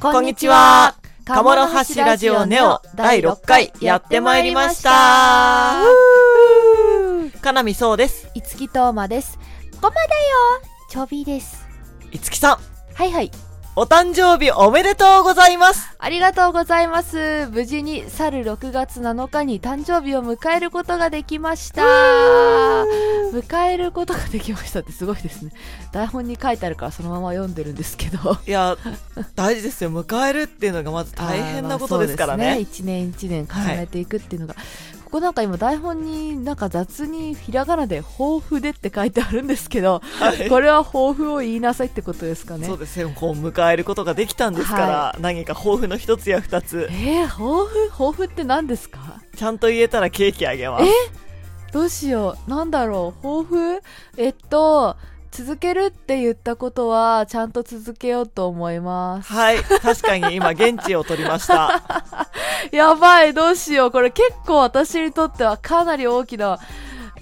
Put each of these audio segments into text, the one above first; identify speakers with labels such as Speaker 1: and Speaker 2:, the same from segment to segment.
Speaker 1: こんにちは。鴨の橋ラジオネオ第6回やってまいりました。かなみそうです。
Speaker 2: いつきとうまです。ごまだよちょびです。
Speaker 1: いつきさん、
Speaker 2: はいはい。
Speaker 1: お誕生日おめでとうございます。
Speaker 2: ありがとうございます。無事に去る6月7日に誕生日を迎えることができました。迎えることができましたってすごいですね。台本に書いてあるからそのまま読んでるんですけど。
Speaker 1: いや、大事ですよ。迎えるっていうのがまず大変なことですから
Speaker 2: あーまあ
Speaker 1: ね。
Speaker 2: そうですね一年一年重ねていくっていうのが、ここなんか今台本になんか雑にひらがなで抱負でって書いてあるんですけど、
Speaker 1: はい
Speaker 2: これは抱負を言いなさいってことですかね
Speaker 1: そうですよ。こう迎えることができたんですから、
Speaker 2: は
Speaker 1: 何か抱負の一つや二つ、
Speaker 2: えー、抱負抱負って何ですか
Speaker 1: ちゃんと言えたらケーキあげます。
Speaker 2: どうしようなんだろう抱負えっと続けるって言ったことはちゃんと続けようと思います
Speaker 1: はい。確かに今、現地を取りました。
Speaker 2: やばい、どうしよう。これ結構私にとってはかなり大きな、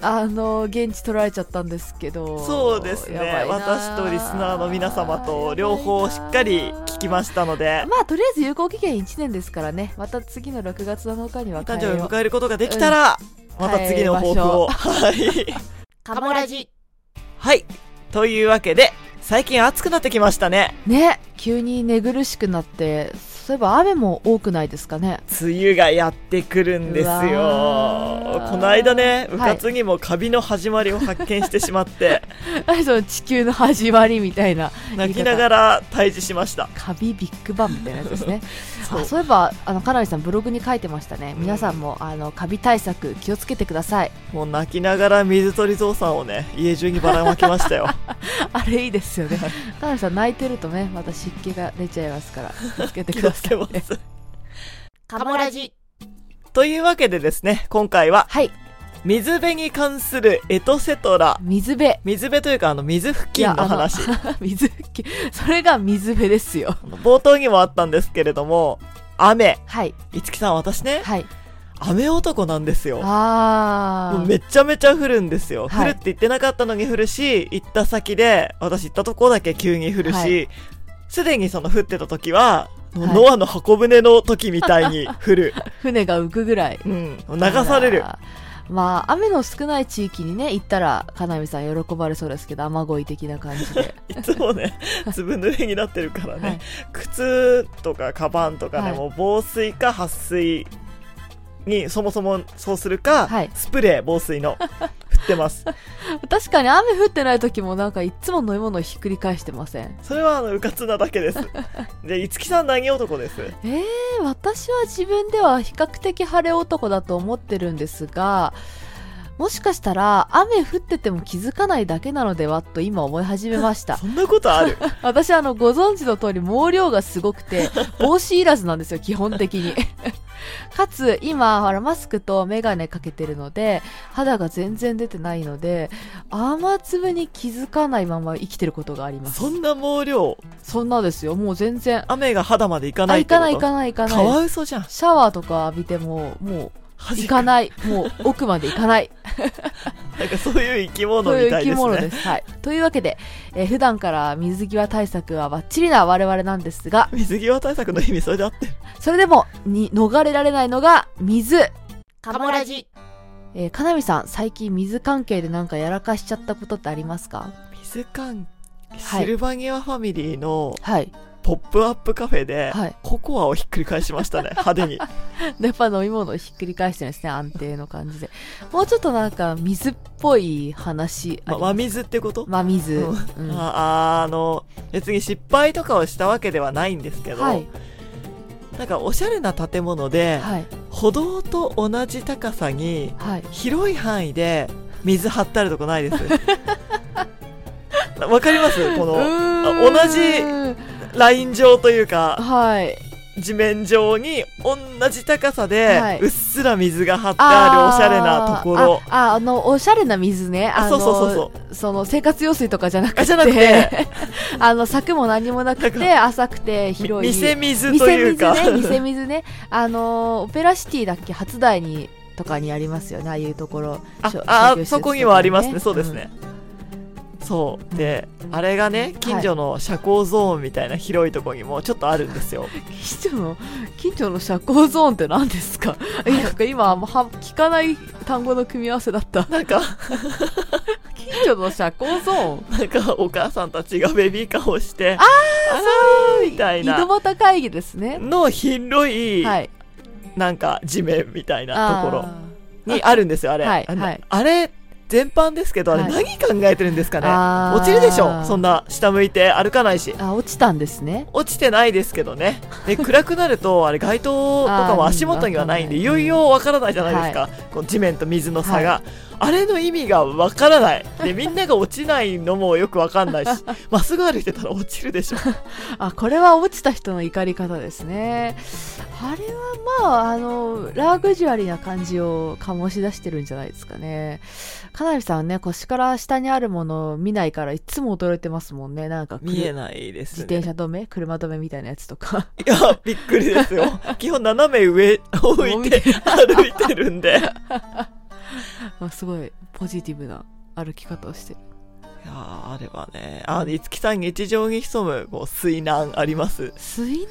Speaker 2: あの、現地取られちゃったんですけど。
Speaker 1: そうですね。
Speaker 2: やばいな
Speaker 1: 私とリスナーの皆様と両方しっかり聞きましたので、
Speaker 2: まあ、とりあえず有効期限1年ですからね。また次の6月7日には変
Speaker 1: 誕
Speaker 2: え
Speaker 1: 生日
Speaker 2: よう
Speaker 1: 迎えることができたら、
Speaker 2: うん
Speaker 1: また次の抱負を。はい。
Speaker 2: カモラジ。
Speaker 1: はい。というわけで、最近暑くなってきましたね。
Speaker 2: ね、急に寝苦しくなって、そういえば雨も多くないですか ね。
Speaker 1: 梅雨がやってくるんですよ。こ
Speaker 2: うわー
Speaker 1: の間ね、部
Speaker 2: はい
Speaker 1: 活にもカビの始まりを発見してし まって、
Speaker 2: 何その地球の始まりみたいな。
Speaker 1: 泣きながら退治しました。
Speaker 2: カビビッグバンみたいなやつです ね。
Speaker 1: そう
Speaker 2: あそういえば、あの、かなりさんブログに書いてましたね。皆さんも、あの、カビ対策気をつけてくだ さい。
Speaker 1: もう泣きながら水鳥ゾウさんをね、家中にばらまきまし たよ。
Speaker 2: あれいいですよ ね。田辺さん泣いてるとね、また湿気が出ちゃいますから、気をつけてく
Speaker 1: 気を
Speaker 2: だ
Speaker 1: つ
Speaker 2: さ
Speaker 1: け
Speaker 2: い、
Speaker 1: ま
Speaker 2: ね。
Speaker 1: す。
Speaker 2: カモラジ。
Speaker 1: というわけでですね、今回は、
Speaker 2: はい、
Speaker 1: 水辺に関するエトセトラ。
Speaker 2: 水辺。
Speaker 1: 水辺というか、あの、水付近の話。
Speaker 2: 水辺。それが水辺ですよ。
Speaker 1: あの冒頭にもあったんですけれども、雨。
Speaker 2: はい、
Speaker 1: いつきさん、私ね、
Speaker 2: はい。
Speaker 1: 雨男なんですよ。
Speaker 2: あ
Speaker 1: もう
Speaker 2: ー。
Speaker 1: めちゃめちゃ降るんですよ、
Speaker 2: はい
Speaker 1: 降るって言ってなかったのに降るし行った先で私行ったとこだけ急に降る
Speaker 2: は
Speaker 1: し
Speaker 2: い
Speaker 1: すで、にその降ってた時は、もう
Speaker 2: はい
Speaker 1: ノアの箱舟の時みたいに 降る、
Speaker 2: 船が浮くぐらい。
Speaker 1: うん、流される
Speaker 2: あら。まあ、雨の少ない地域にね、行ったら、かなみさん喜ばれそうですけど、雨乞い的な感じで。
Speaker 1: いつも ね粒濡れになってるからね、
Speaker 2: はい
Speaker 1: 靴とかカバンとかね、
Speaker 2: はい
Speaker 1: もう防水か撥水にそもそもそうするか、
Speaker 2: はい
Speaker 1: スプレー防 水の振ってます
Speaker 2: 確かに雨降ってない時もなんかいつも飲み物をひっくり返してません。
Speaker 1: それはあのうかつなだ けですで五木さん何男です
Speaker 2: えー、私は自分では比較的晴れ男だと思ってるんですが、もしかしたら雨降ってても気づかないだけなのではと今思い始めました。
Speaker 1: そんなことある
Speaker 2: 私あのご存知の通り毛量がすごく て、帽子いらずなんですよ、基本的 に。かつ今、ほらマスクとメガネかけてるので、肌が全然出てないので、雨粒に気づかないまま生きてることがあります。
Speaker 1: そんな毛量、
Speaker 2: そんなですよ、もう全然。
Speaker 1: 雨が肌までいか
Speaker 2: あ、
Speaker 1: な
Speaker 2: 行
Speaker 1: いって
Speaker 2: か
Speaker 1: こと
Speaker 2: ない行かない行かない。
Speaker 1: カワウソじゃん。
Speaker 2: シャワーとか浴びても、もう、行か
Speaker 1: い。
Speaker 2: ない。もう、奥まで行か ない。
Speaker 1: なんかそういう生き物
Speaker 2: とい
Speaker 1: み
Speaker 2: う
Speaker 1: た
Speaker 2: 生
Speaker 1: い
Speaker 2: き
Speaker 1: です
Speaker 2: 物
Speaker 1: ね
Speaker 2: で。す。はい。というわけで、えー普段から水際対策はバッチリな我々なんですが、
Speaker 1: 水際対策の意味それであってる。
Speaker 2: それでも、に、逃れられないのが、水。
Speaker 1: カモラジ。
Speaker 2: えーかなみさん、最近水関係でなんかやらかしちゃったことってありますか
Speaker 1: 水缶、
Speaker 2: はい
Speaker 1: シルバニアファミリーの
Speaker 2: はい。
Speaker 1: ポップアップカフェで、
Speaker 2: はい。
Speaker 1: ココアをひっくり返しました ね、派手に。
Speaker 2: やっぱ飲み物をひっくり返してるんですね、安定の感じで。もうちょっとなんか、水っぽい話あ
Speaker 1: ま、
Speaker 2: りま
Speaker 1: 真
Speaker 2: す。
Speaker 1: 水ってこと、
Speaker 2: 真水。
Speaker 1: うん
Speaker 2: うん
Speaker 1: ああの、別に失敗とかをしたわけではないんですけど、
Speaker 2: はい。
Speaker 1: なんかおしゃれな建物で、
Speaker 2: はい。
Speaker 1: 歩道と同じ高さに、
Speaker 2: はい。
Speaker 1: 広い範囲で水張ってあるとこない ですわかりますこの
Speaker 2: うーん
Speaker 1: ライン上というか
Speaker 2: はい。
Speaker 1: 地面上に同じ高さで、
Speaker 2: はいう
Speaker 1: っすら水が張ってあるおしゃれなところ
Speaker 2: あああの、おしゃれな水ね。
Speaker 1: あ
Speaker 2: あの
Speaker 1: そうそうそうそう
Speaker 2: その生活用水とかじゃなくて。
Speaker 1: あじゃなくて
Speaker 2: あの、柵も何もなく
Speaker 1: なん
Speaker 2: て、浅くて
Speaker 1: み
Speaker 2: 広い。
Speaker 1: 店水というか
Speaker 2: 店水ね、店水ね。あの、オペラシティだっけ初台に、とかにありますよね、ああいうところ。
Speaker 1: あ
Speaker 2: しょ
Speaker 1: あ
Speaker 2: 商業施設
Speaker 1: そこにはありますねそうですね、そうであれがね近所の社交ゾーンみたいな広いとこにもちょっとあるんですよ、
Speaker 2: 近所の近所の社交ゾーンって何ですか えなんか今あんまは聞かない単語の組み合わせだ った
Speaker 1: なんか
Speaker 2: 近所の社交ゾ ーン
Speaker 1: なんかお母さんたちがベビーカーをしてああみたい
Speaker 2: 井
Speaker 1: な
Speaker 2: 戸端会議ですね
Speaker 1: の広い、
Speaker 2: はい
Speaker 1: なんか地面みたいなところ
Speaker 2: あ
Speaker 1: にあるんですよあれ、
Speaker 2: はい
Speaker 1: あの
Speaker 2: はい
Speaker 1: あれ全般ですけどあれ
Speaker 2: はい
Speaker 1: 何考えてるんですかね、
Speaker 2: あー
Speaker 1: 落ちるでしょそんな下向いて歩かないし
Speaker 2: ーあ落ちたんですね
Speaker 1: 落ちてないですけどねで暗くなるとあれ街灯とかも
Speaker 2: あー
Speaker 1: 足元にはないんで
Speaker 2: うん
Speaker 1: いよいよわからないじゃないですか、この地面と水の差が、あれの意味がわからないでみんなが落ちないのもよくわかんないし まっすぐ歩いてたら落ちるで しょ
Speaker 2: あこれは落ちた人の怒り方ですねあれはまああのラグジュアリーな感じを醸し出してるんじゃないですかねかなりさんはね腰から下にあるものを見ないからいつも驚いてますもんねなんかくる
Speaker 1: 見えないで
Speaker 2: 自
Speaker 1: すね
Speaker 2: 転車止め車止めみたいなやつとか
Speaker 1: いや、びっくりです よ。基本斜め上を向いて歩いてるんで。いや
Speaker 2: あすごいポジティブな歩き方をしてる
Speaker 1: ーあれはね、あ、いつきさん日常に潜む、こう、水難あります。
Speaker 2: 水難ね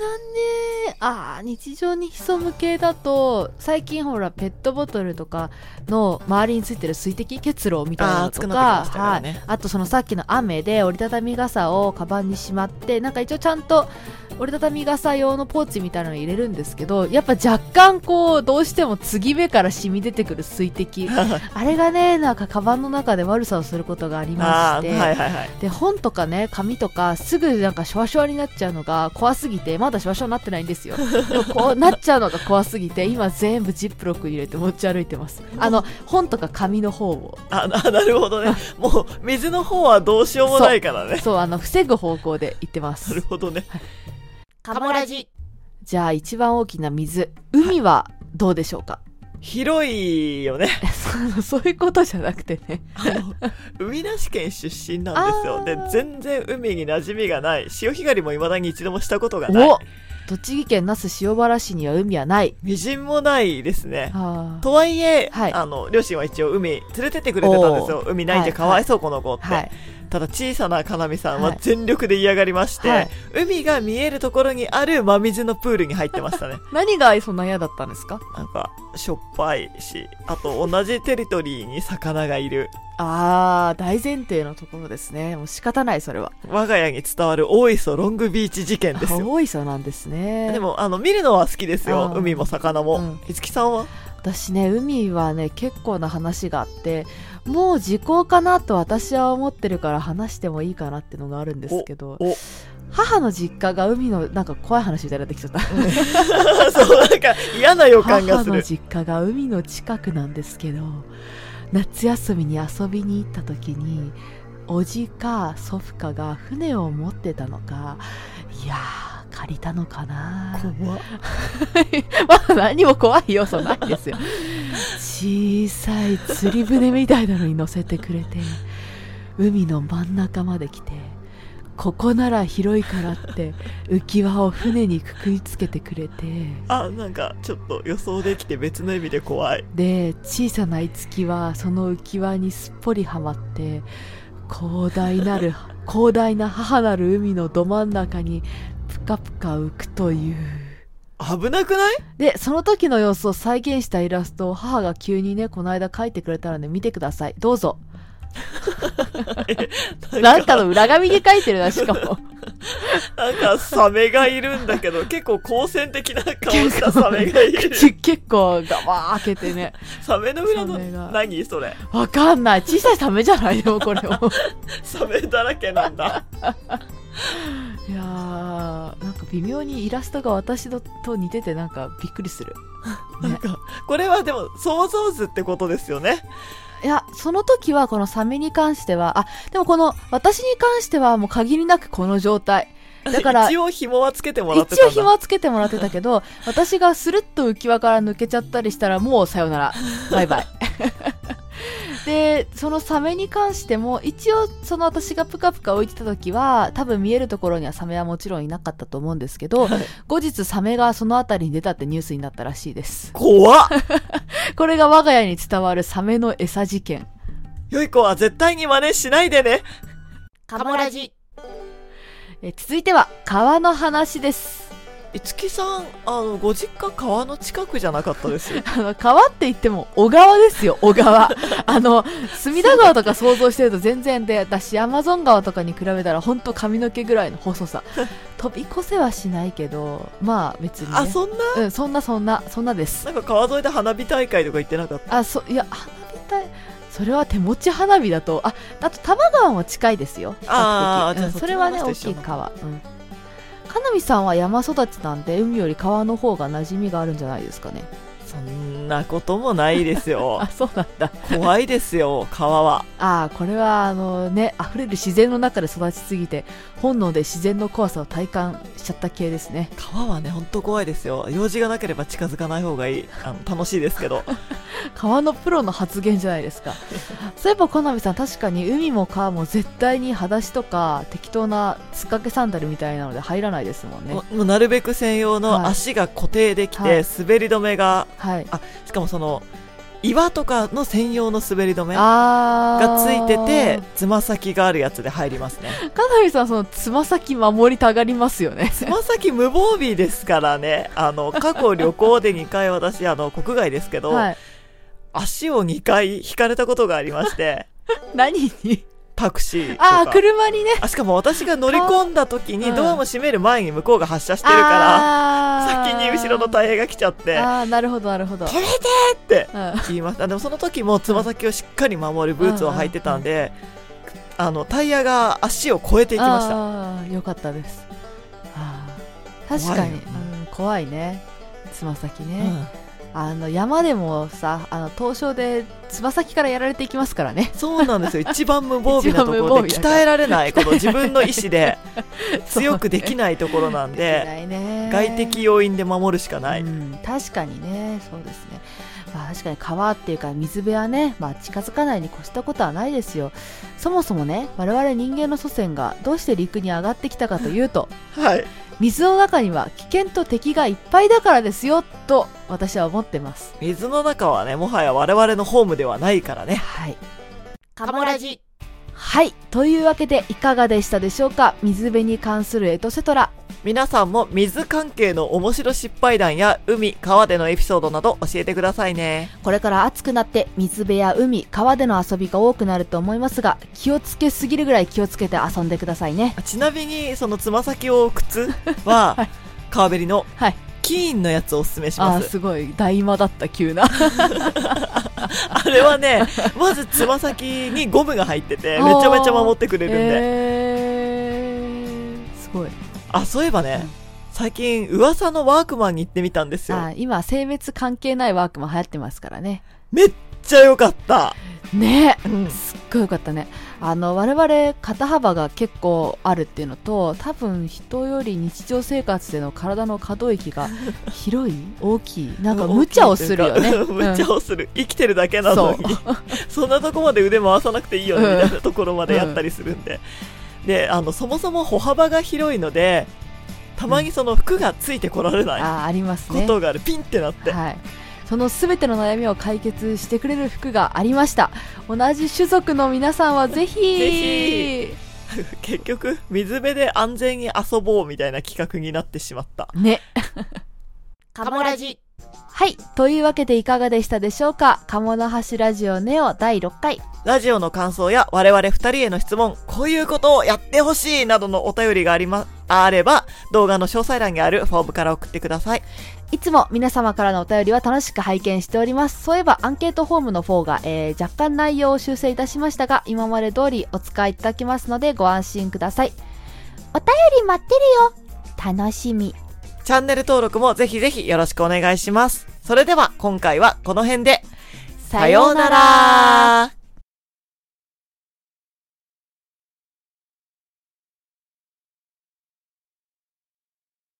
Speaker 2: あー日常に潜む系だと最近ほらペットボトルとかの周りについてる水滴結露みたいな
Speaker 1: あー
Speaker 2: の
Speaker 1: 熱
Speaker 2: と
Speaker 1: く
Speaker 2: か
Speaker 1: なってきましたからね
Speaker 2: はい、あとそのさっきの雨で折りたたみ傘をカバンにしまってなんか一応ちゃんと折りたたみ傘用のポーチみたいなの入れるんですけどやっぱ若干こうどうしても継ぎ目から染み出てくる水 滴あれがねなんかカバンの中で悪さをすることがありま
Speaker 1: あ
Speaker 2: し
Speaker 1: ー
Speaker 2: て、
Speaker 1: はいはいはい。
Speaker 2: で本とかね紙とかすぐなんかシュワシュワになっちゃうのが怖すぎてまだシュワシュワになってないんですよでもこうなっちゃうのが 怖すぎて今全部ジップロックに入れて持ち歩いてますあの本とか紙の方を
Speaker 1: あ、 ななるほどね。もう、水の方はどうしようもないからね。
Speaker 2: そうあの防ぐ方向で行ってま
Speaker 1: なる
Speaker 2: す
Speaker 1: ほどね。
Speaker 2: カモラジじゃあ一番大きな水海はどうでしょうか
Speaker 1: 広いよね。
Speaker 2: そうそういうことじゃなくてね
Speaker 1: あの、 海なし県出身なんですよ。
Speaker 2: あ
Speaker 1: で、
Speaker 2: ー
Speaker 1: 全然海に馴染みがない。潮干狩りも未だに一度もしたことがない。
Speaker 2: お栃木県那須塩原市には海はない
Speaker 1: みじんもないですね。
Speaker 2: は
Speaker 1: とはいえ、
Speaker 2: はい
Speaker 1: あの両親は一応海連れてってくれてたんですよ海ないんじゃかわいそうこの子って、
Speaker 2: あはい
Speaker 1: ただ小さなかなみさん
Speaker 2: は
Speaker 1: はい全力で嫌がりまして、
Speaker 2: はい
Speaker 1: 海が見えるところにある真水のプールに入ってましたね
Speaker 2: 何がそんな嫌だったんですか
Speaker 1: なんかしょっぱいしあと同じテリトリーに魚がいる
Speaker 2: ああ大前提のところですねもう仕方ないそれは
Speaker 1: 我が家に伝わる大磯ロングビーチ事件ですよ
Speaker 2: 大磯なんですね
Speaker 1: でもあの見るのは好きですよ
Speaker 2: あー
Speaker 1: 海も魚も、
Speaker 2: うん
Speaker 1: いつきさんは
Speaker 2: 私ね海はね結構な話があってもう時効かなと私は思ってるから話してもいいかなってのがあるんですけど
Speaker 1: おお
Speaker 2: 母の実家が海のなんか怖い話みたいになってきちゃった
Speaker 1: そうなんか嫌な予感が
Speaker 2: 母
Speaker 1: す
Speaker 2: の
Speaker 1: る
Speaker 2: 実家が海の近くなんですけど夏休みに遊びに行った時におじか祖父かが船を持ってたのかいやー借りたのかな
Speaker 1: 怖っ
Speaker 2: まあ何も怖い要素ないですよ。小さい釣り船みたいなのに乗せてくれて、海の真ん中まで来て、ここなら広いからって浮き輪を船にくくりつけてくれて、
Speaker 1: あなんかちょっと予想できて別の意味で怖い
Speaker 2: で、小さな樹はその浮き輪にすっぽりはまって、広大なる、広大な母なる海のど真ん中にぷかぷか浮くという。
Speaker 1: 危なくない
Speaker 2: で、その時の様子を再現したイラストを母が急にね、この間描いてくれたので見てください。どうぞ。なんかの裏紙に描いてるな、しか も。
Speaker 1: なんかサメがいるんだけど、結構好戦的な顔したサメがいる。
Speaker 2: 口結構ガバー開けてね。
Speaker 1: サメの裏の
Speaker 2: サメが
Speaker 1: 何それ
Speaker 2: わかんない。小さいサメじゃないでも これも。
Speaker 1: サメだらけなんだ。
Speaker 2: いやー、なんか微妙にイラストが私のと似ててなんかびっくり する。
Speaker 1: なんか、これはでも想像図ってことですよね。
Speaker 2: いや、その時はこのサメに関しては、あ、でもこの私に関してはもう限りなくこの状態。だから
Speaker 1: 一応紐はつけてもらって
Speaker 2: 一
Speaker 1: たんだ。
Speaker 2: 応暇はつけてもらってたけど私がスルッと浮き輪から抜けちゃったりしたらもうさよならバイ バイでそのサメに関しても一応その私がプカプカ浮いてた時は多分見えるところにはサメはもちろんいなかったと思うんですけど
Speaker 1: はい
Speaker 2: 後日サメがその辺りに出たってニュースになったらしいです
Speaker 1: 怖っ
Speaker 2: これが我が家に伝わるサメの餌事件
Speaker 1: 良い子は絶対に真似しないでね。カモラジ
Speaker 2: え続いては川の話です
Speaker 1: 五木さんあのご実家川の近くじゃなかったです
Speaker 2: あの川って言っても小川ですよ小川 あの隅田川とか想像してると全然で私アマゾン川とかに比べたら本当髪の毛ぐらいの細 さ飛び越せはしないけどまあ別に、ね、
Speaker 1: あそんな
Speaker 2: うん、そんなそんなそんなです
Speaker 1: なんか川沿いで花火大会とか行ってなかった
Speaker 2: あそいや花火大それは手持ち花火だとああと多摩川も近いですよ比較的
Speaker 1: あーじゃあ
Speaker 2: うん、
Speaker 1: そっち
Speaker 2: それはね
Speaker 1: の
Speaker 2: 大
Speaker 1: 話と
Speaker 2: き
Speaker 1: 一緒
Speaker 2: い
Speaker 1: だ
Speaker 2: 川うんかなみさんは山育ちなんで海より川の方が馴染みがあるんじゃないですかね
Speaker 1: そんなこともないですよ
Speaker 2: あそうなんだ
Speaker 1: 怖いですよ川は
Speaker 2: ああこれはあのね溢れる自然の中で育ちすぎて本能で自然の怖さを体感しちゃった系ですね
Speaker 1: 川はね本当怖いですよ用事がなければ近づかない方がいいあの楽しいですけど
Speaker 2: 川のプロの発言じゃないです かそういえばコナミさん確かに海も川も絶対に裸足とか適当なつっかけサンダルみたいなので入らないですもんね
Speaker 1: ももうなるべく専用
Speaker 2: はい
Speaker 1: の足が固定できて、
Speaker 2: はい
Speaker 1: 滑り止めが
Speaker 2: はい
Speaker 1: しかもその岩とかの専用の滑り止めが
Speaker 2: あ
Speaker 1: ついてて
Speaker 2: ー
Speaker 1: つま先があるやつで入 りますね
Speaker 2: かなみさんそのつま先守りたがりますよね
Speaker 1: つま先無防備ですからねあの過去旅行で2回私あの国外ですけど、
Speaker 2: はい
Speaker 1: 足を2回引かれたことがありまして
Speaker 2: 何に
Speaker 1: タクシーと
Speaker 2: ああ
Speaker 1: か
Speaker 2: ー車にね
Speaker 1: あしかも私が乗り込んだ時
Speaker 2: う
Speaker 1: に
Speaker 2: ん
Speaker 1: ドアも閉める前に向こうが発車してるから、
Speaker 2: あ
Speaker 1: 先に後ろのタイヤが来ちゃって
Speaker 2: ああなるほどなるほど、
Speaker 1: 止めてって
Speaker 2: うん
Speaker 1: 言いますあでもその時もつま先をしっかり守るブーツを履いてたんで、あのタイヤが足を越えていきました
Speaker 2: あーよかったですあー確かに
Speaker 1: 怖いよ
Speaker 2: うん怖いねつま先
Speaker 1: う
Speaker 2: ね、
Speaker 1: ん
Speaker 2: あの山でもさあの凍傷でつま先からやられていきますからね
Speaker 1: そうなんですよ一番無防備なとこ
Speaker 2: 一番無防
Speaker 1: ろで
Speaker 2: 備だから
Speaker 1: 鍛えられないこの自分の意 志で
Speaker 2: そう
Speaker 1: 強くできないところなん
Speaker 2: でき
Speaker 1: で
Speaker 2: ないね
Speaker 1: 外的要因で守るしかない、
Speaker 2: うん、確かにねそうですね、まあ、確かに川っていうか水辺はね、まあ、近づかないに越したことはないですよそもそもね我々人間の祖先がどうして陸に上がってきたかと いうと
Speaker 1: はい
Speaker 2: 水の中には危険と敵がいっぱいだからですよと私は思ってます
Speaker 1: 水の中はねもはや我々のホームではないからね
Speaker 2: はい
Speaker 1: カモラジ
Speaker 2: はいというわけでいかがでしたでしょうか水辺に関するエトセトラ
Speaker 1: 皆さんも水関係の面白失敗談や海川でのエピソードなど教えてくださいね
Speaker 2: これから暑くなって水辺や海川での遊びが多くなると思いますが気をつけすぎるぐらい気をつけて遊んでくださいね
Speaker 1: あちなみにそのつま先を置く靴は、
Speaker 2: はい
Speaker 1: 川べりの
Speaker 2: はい
Speaker 1: キーンのやつをおすすめし
Speaker 2: あ
Speaker 1: ま
Speaker 2: ー
Speaker 1: す
Speaker 2: すごい大魔だった急 な
Speaker 1: あれはねまずつま先にゴムが入ってて
Speaker 2: あー
Speaker 1: めちゃめちゃ守ってくれるんで、
Speaker 2: えー、すごい
Speaker 1: あそういえばね、
Speaker 2: うん
Speaker 1: 最近噂のワークマンに行ってみたんですよ
Speaker 2: あー今性別関係ないワークも流行ってますからね
Speaker 1: めっちゃ良かった、
Speaker 2: ね
Speaker 1: うん
Speaker 2: すっごいよかったねあの我々肩幅が結構あるっていうのと多分人より日常生活での体の可動域が 広い大きいなんか無茶をするよね、
Speaker 1: 大きいというか無茶をする、生きてるだけなのに そんなとこまで腕回さなくていいよね
Speaker 2: うん
Speaker 1: みたいなところまでやったりするんで、であのそもそも歩幅が広いのでたまにその服がついてこられ
Speaker 2: あ
Speaker 1: ない
Speaker 2: ーあります
Speaker 1: こ
Speaker 2: ね
Speaker 1: とがある、ピンってなって、
Speaker 2: はいその全ての悩みを解決してくれる服がありました同じ種族の皆さんはぜひ
Speaker 1: ぜひ 結局水辺で安全に遊ぼうみたいな企画になってしまった
Speaker 2: ね
Speaker 1: カモラジ
Speaker 2: はいというわけでいかがでしたでしょうか「鴨の橋ラジオネオ第6回」
Speaker 1: ラジオの感想や我々二人への質問、こういうことをやってほしいなどのお便りがありま、あれば、動画の詳細欄にあるフォームから送ってください。
Speaker 2: いつも皆様からのお便りは楽しく拝見しております。そういえばアンケートフォームの方が、えー、若干内容を修正いたしましたが、今まで通りお使いいただけますのでご安心ください。お便り待ってるよ楽しみ。
Speaker 1: チャンネル登録もぜひぜひよろしくお願いします。それでは今回はこの辺で、さようなら